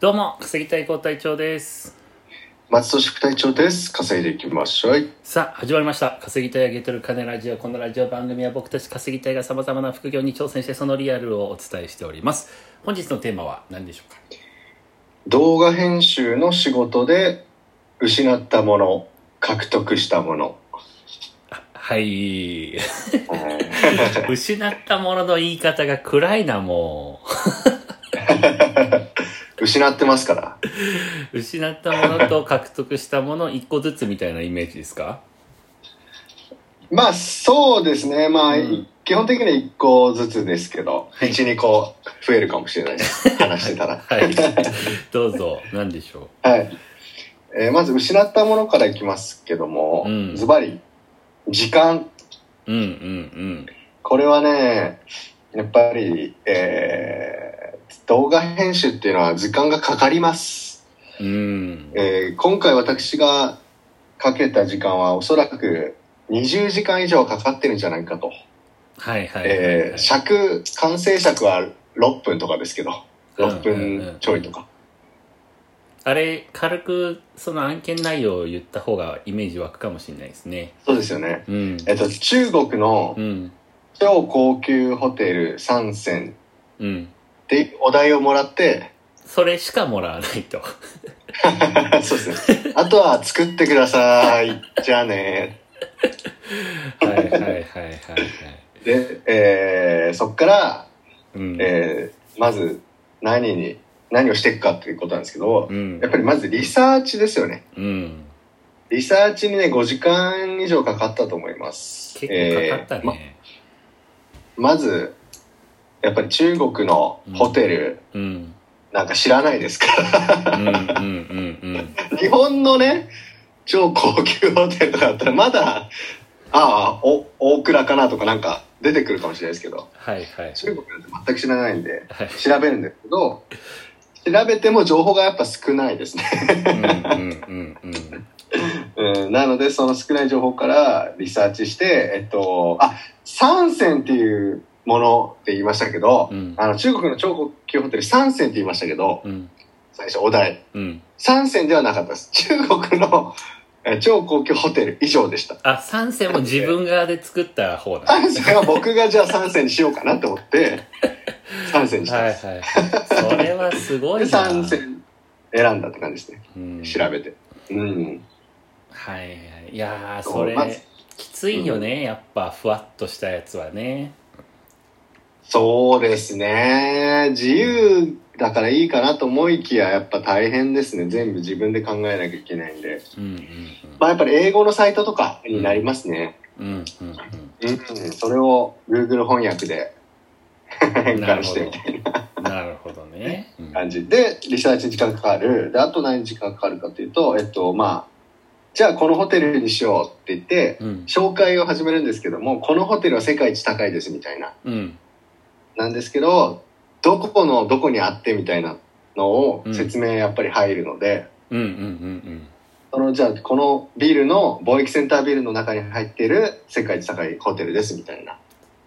どうも稼ぎたい高隊長です松戸宿隊長です。稼いでいきましょう。さあ始まりました稼ぎたいあげてる金ラジオこのラジオ番組は僕たち稼ぎたいがさまざまな副業に挑戦してそのリアルをお伝えしております本日のテーマは何でしょうか動画編集の仕事で失ったもの、獲得したもの。はい 失ったものの言い方が暗いなも失ってますから。う失ったものと獲得したもの1個ずつみたいなイメージですかまあそうですね。まあ、うん基本的には1個ずつですけど、はい1、2個増えるかもしれないです。話して たら。はいどうぞ何でしょはい。えーまず失ったものからいきますけどもうん、ズバリ、時間。ううんうんこれはね、やっぱり、えー動画編集っていうのは時間がかかります。うんうんえー今回私がかけた時間はおそらく20時間以上かかってるんじゃないかと、はいはいはいはいえー尺完成尺は6分とかですけど6うんうんうん分ちょいとか、あれ、軽くその案件内容を言った方がイメージ湧くかもしれないですね。そうですよねうん。えっと中国のうん。超高級ホテル3選うん。でお題をもらって それしかもらわないと。そうですねあとは作ってくださいじゃあねはいはいはいはいはい。で、えーそっから、うん。えーまず何に何をしていくかっていうことなんですけど、うんやっぱりまずリサーチですよね。うん。リサーチにね、5時間以上かかったと思います。結構かかったえーまね。まず、やっぱり中国のホテル、うん。なんか知らないですから。うんうんうんうん。 日本のね、超高級ホテルとかだったら、まだ、ああ、お、大倉かなとかなんか出てくるかもしれないですけど、はいはい。中国なんて全く知らないんで、はい。調べるんですけど、調べても情報がやっぱ少ないですね。うんうんうんうん。うん、なのでその少ない情報からリサーチしてえっとあ三線っていうものって言いましたけど、うんあの中国の超高級ホテル三線って言いましたけどうん最初お題うん。三線ではなかったです中国のえ超高級ホテル以上でしたあ、三世も自分側で作った方だ。三線は僕がじゃあ三線にしようかなと思って三線にしたんはいです、はいはい。それはすごいでな。三線選んだって感じですねうん調べてうんはいはいいやーそうそれまずきついよね、やっぱふわっとしたやつはねそうですね。自由だからいいかなと思いきや、やっぱ大変ですね。全部自分で考えなきゃいけないんで。うんうんまあやっぱり英語のサイトとかになりますね。うんうんうんうん。それを Google 翻訳で変換してみたいうんなるほどね、うんな感じ。で、リサーチに時間かかる。で、あと何時間かかるかというと、えっと、まあ、じゃあこのホテルにしようって言って、うん紹介を始めるんですけども、このホテルは世界一高いですみたいな。うんなんですけどどこのどこにあってみたいなのを説明やっぱり入るので、うんうんうんそのじゃあこのビルの貿易センタービルの中に入ってる世界一高いホテルですみたいな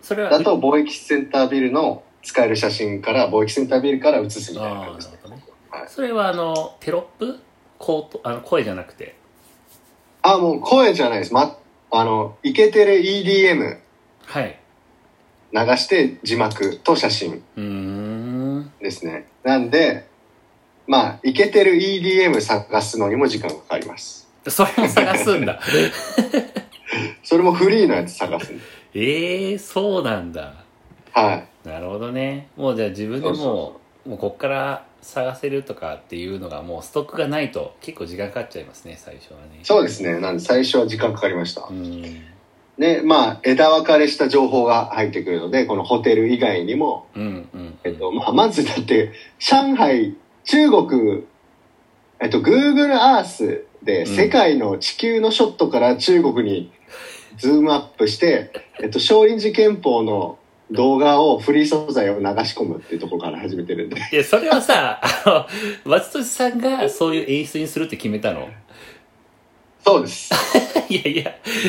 それはだと貿易センタービルの使える写真から貿易センタービルから写すみたいなあ感あじなでるすほどねはいそれはあのテロップこうとあの声じゃなくてあもう声じゃないです、ま、あのイケてる EDM はい流して字幕と写真うーんですねなんでまあイケてる EDM 探すのにも時間がかかりますそれも探すんだ それもフリーのやつ探すんでええー、そうなんだはいなるほどねもうじゃあ自分でもうそうそもうこっから探せるとかっていうのがもうストックがないと結構時間かかっちゃいますね最初はねそうですね。なんで最初は時間かかりましたう。んで、まあ、枝分かれした情報が入ってくるので、このホテル以外にも、うんうんえっと、まあ、まずだって、上海、中国、えっと、Google Earth うでん世界の地球のショットから中国にズームアップして、えっと、少林寺拳法の動画をフリー素材を流し込むっていうところから始めてるんで。いやそれはさあの松俊さんがそういう演出にするって決めたの そうです。いやい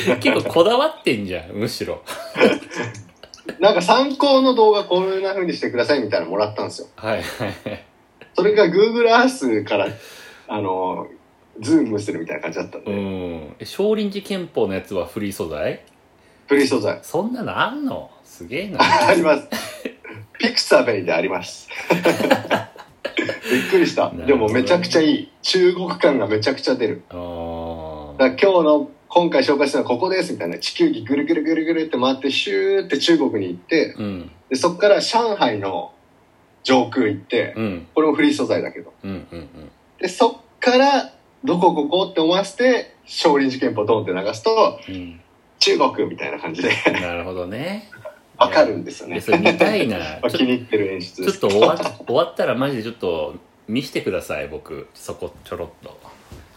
や結構こだわってんじゃんむしろなんか参考の動画こんな風にしてくださいみたいなのもらったんですよ。はいはいはいそれが Google Earth から、あの、ズームするみたいな感じだったんうで、んえ少林寺拳法のやつはフリー素材フリー素材。そんなのあんのすげえなあります。ピクサベイであります。 びっくりした。でもめちゃくちゃいい。中国感がめちゃくちゃ出る。あーだから今日の、今回紹介したのはここですみたいな。地球儀ぐるぐるぐるぐるって回って、シューって中国に行って、うんでそこから上海の上空行って、うんこれもフリー素材だけど。うんうんうんで、そっから、どこここって思わせて、少林寺拳法ドンって流すと、うん中国みたいな感じ でなるほどねわかるんですよいやね。それ見たい なまあちょ気に入ってる演出でちょっす。と終わ終わったらマジでちょっと見してください僕そこちょろっと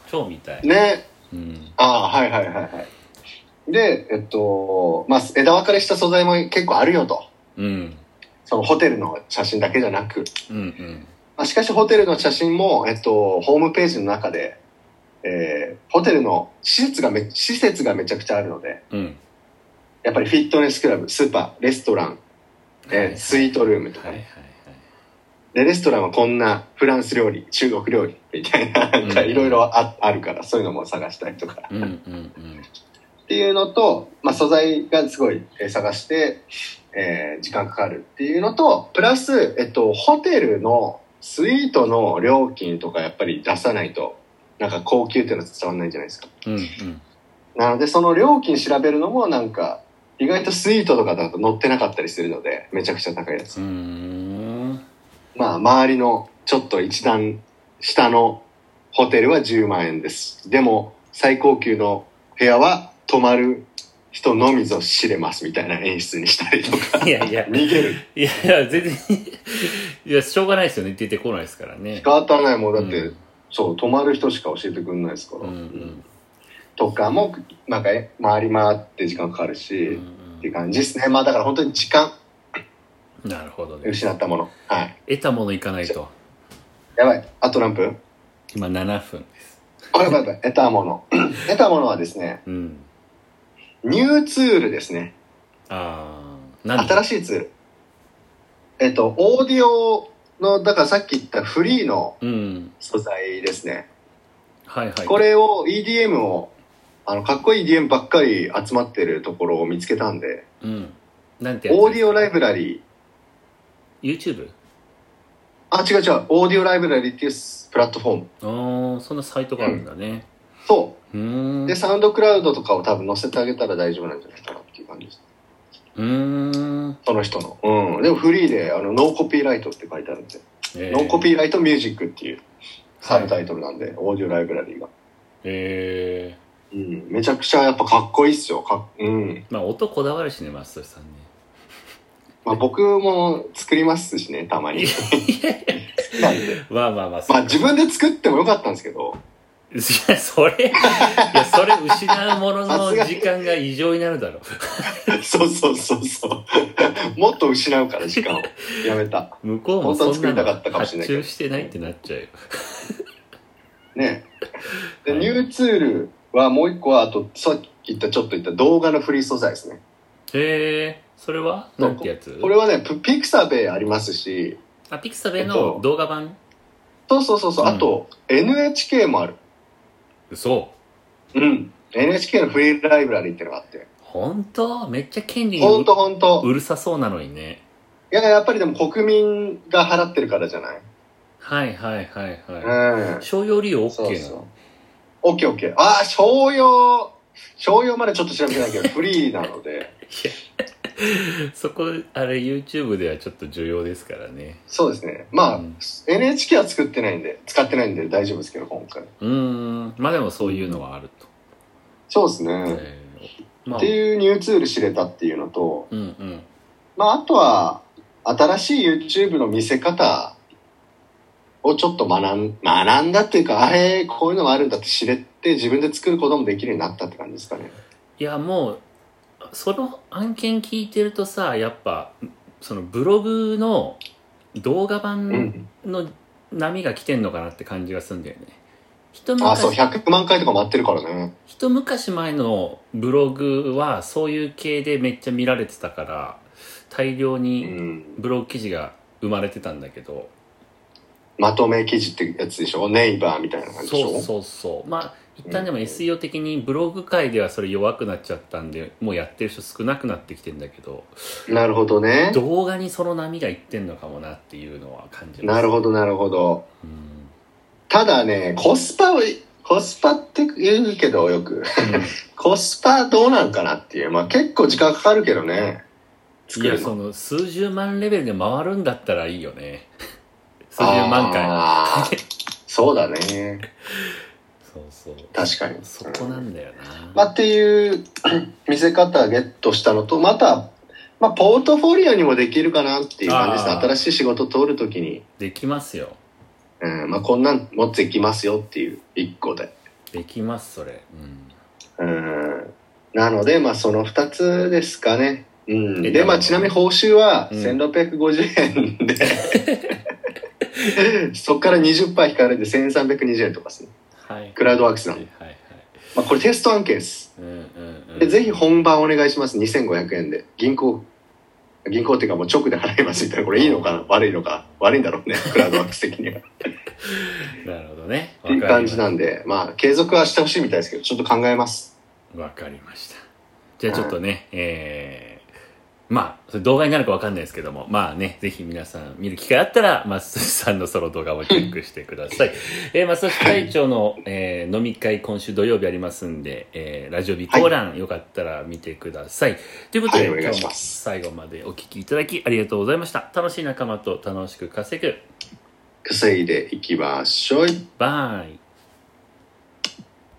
超見たい、ね。うん、ああ、はいはいはいはい。で、えっと、まあ、枝分かれした素材も結構あるよと。うんそのホテルの写真だけじゃなく。うんうんまあ、しかしホテルの写真も、えっと、ホームページの中で、えーホテルの施設がめ、施設がめちゃくちゃあるので、うんやっぱりフィットネスクラブ、スーパー、レストラン、えーはいはいスイートルームとはかいはいね、はいでレストランはこんなフランス料理中国料理みたいななんかうんいろいろああるからそういうのも探したりとかうんうんうんっていうのと、まあ、素材がすごいえー探して、えー時間かかるっていうのとプラス、えっと、ホテルのスイートの料金とかやっぱり出さないとなんか高級っていうのは伝わんないじゃないですかうんうんなのでその料金調べるのもなんか意外とスイートとかだと載ってなかったりするのでめちゃくちゃ高いやつうー んまあ、周りのちょっと一段下のホテルは10万円です。でも、最高級の部屋は泊まる人のみぞ知れますみたいな演出にしたりと か、いやいや逃げる。いやいや全然 いやしょうがないですよね出てこないですからね仕方ないもんだって、うんそう、泊まる人しか教えてくれないですから。うんうんとかも、なんか、え回り回って時間かかるし、うんっていう感じですね。まあ、だから本当に時間、うんなるほどね失ったもの。はい。得たものいかないとやばい。あと何分今7分ですあ、やばいやばい。得たもの。 得たものはですね、うんニューツールですね。ああ何新しいツール。えっと、オーディオの、だからさっき言ったフリーのうん素材ですね。はいはいこれを EDM を、あの、かっこいい EDM ばっかり集まってるところを見つけたんで、うんなんてやつオーディオライブラリー、 YouTube? あ、違う違う、オーディオライブラリーっていうプラットフォーム。ああそんなサイトがあるんだねそうう。ーんで、サウンドクラウドとかを多分載せてあげたら大丈夫なんじゃないかなっていう感じです。うーんその人の。うん。でもフリーで、あの、ノーコピーライトって書いてあるんで、えノーコピーーライトミュージックっていうサブタイトルなんで、オーディオライブラリーが。えうん、めちゃくちゃやっぱかっこいいっすよ。かっうん。ー、まあ音こだわるしねマストさんねまあ僕も作りますしね、たまに。なんで。まあまあまあそうまあ自分で作ってもよかったんですけど、 いやそれいやそれ失うものの時間が異常になるだろそうそうそう そう。もっと失うから時間を。やめた。 う向こうもそんな本当は作りたのかったかもし発れないけ注どしてないってなっちゃうよね。で、はいニューツールはもう一個は、あとさっき言ったちょっと言った動画のフリー素材ですね。へえそれはなんてやつこれはね、プピクサベありますし、あピクサベえっのと動画版そうそうそうそう、あと NHK もある。嘘うん。NHK のフリーライブラリーってのがあって。本当めっちゃ権利ほんとがほんとう。うるさそうなのにねいや、やっぱりでも国民が払ってるからじゃないはいはいはいはうんい。商用利用 OK なのそうそう。オッケーオッケー。ああ、商用、商用までちょっと調べてないけど、フリーなので。そこあれ YouTube ではちょっと重要ですからねそうですね。まあ、うん NHK は作ってないんで、使ってないんで大丈夫ですけど、今回。うーんまあでもそういうのはあると、そうですね。えーまあっていうニューツール知れたっていうのと、うんうんまあ、あとは、新しい YouTube の見せ方をちょっと学ん、学んだっていうか、あれ、こういうのもあるんだって知れて、自分で作ることもできるようになったって感じですかね。いやもうその案件聞いてるとさやっぱそのブログの動画う版んの波が来てんのかなって感じがするんだよね一あ、そう、昔100万回とか待ってるからね。一昔前のブログはそういう系でめっちゃ見られてたから大量うにん。ブログ記事が生まれてたんだけどまとめ記事ってやつでしょネイバーみたいな感じでしょそうそうそうまあ一旦でも SEO 的にブログ界ではそれ弱くなっちゃったんでもうやってる人少なくなってきてんだけどなるほどね。動画にその波がいってんのかもなっていうのは感じますなるほど、なるほど。うんただね、コスパを、コスパって言うけどよく。 コスパどうなんかなっていう。まあ結構時間かかるけどね。うん、作いやるその。の数十万レベルで回るんだったらいいよね 数十万回あーそうだね。そうそう確かに。そこなんだよな、まあ、っていう見せ方ゲットしたのと、また、まあ、ポートフォリオにもできるかなっていう感じですね。あー新しい仕事通るときに、できますようん、まあ、こんなん持ってきますよっていう一個で。できますそれ、うん、うん。なので、まあ、その二つですかね。うん。えで、まあ、ちなみに報酬はうん1650 円で、そこから20%引かれて1320円とかですね。はいクラウドワークスはないんはでいはいまあ、これテスト案件です。うんうんうんでぜひ本番お願いします2500円で銀行銀行っていうかもう直で払いますみたいなこれいいのかな悪いのか悪いんだろ うねクラウドワークス的にはっなるほどねていう感じなんでまあ継続はしてほしいみたいですけどちょっと考えますわかりましたじゃあちょっとね、えー、まあそれ動画になるかわかんないですけどもまあねぜひ皆さん見る機会あったら松寿さんのソロ動画もチェックしてくだ さい、えー、松寿会長の、えー飲み会今週土曜日ありますんで、えーラジオ備考欄、よかったら見てくださいということで、はいお今願い日しもます最後までお聞きいただきありがとうございました楽しい仲間と楽しく稼ぐ稼いでいきましょうバイ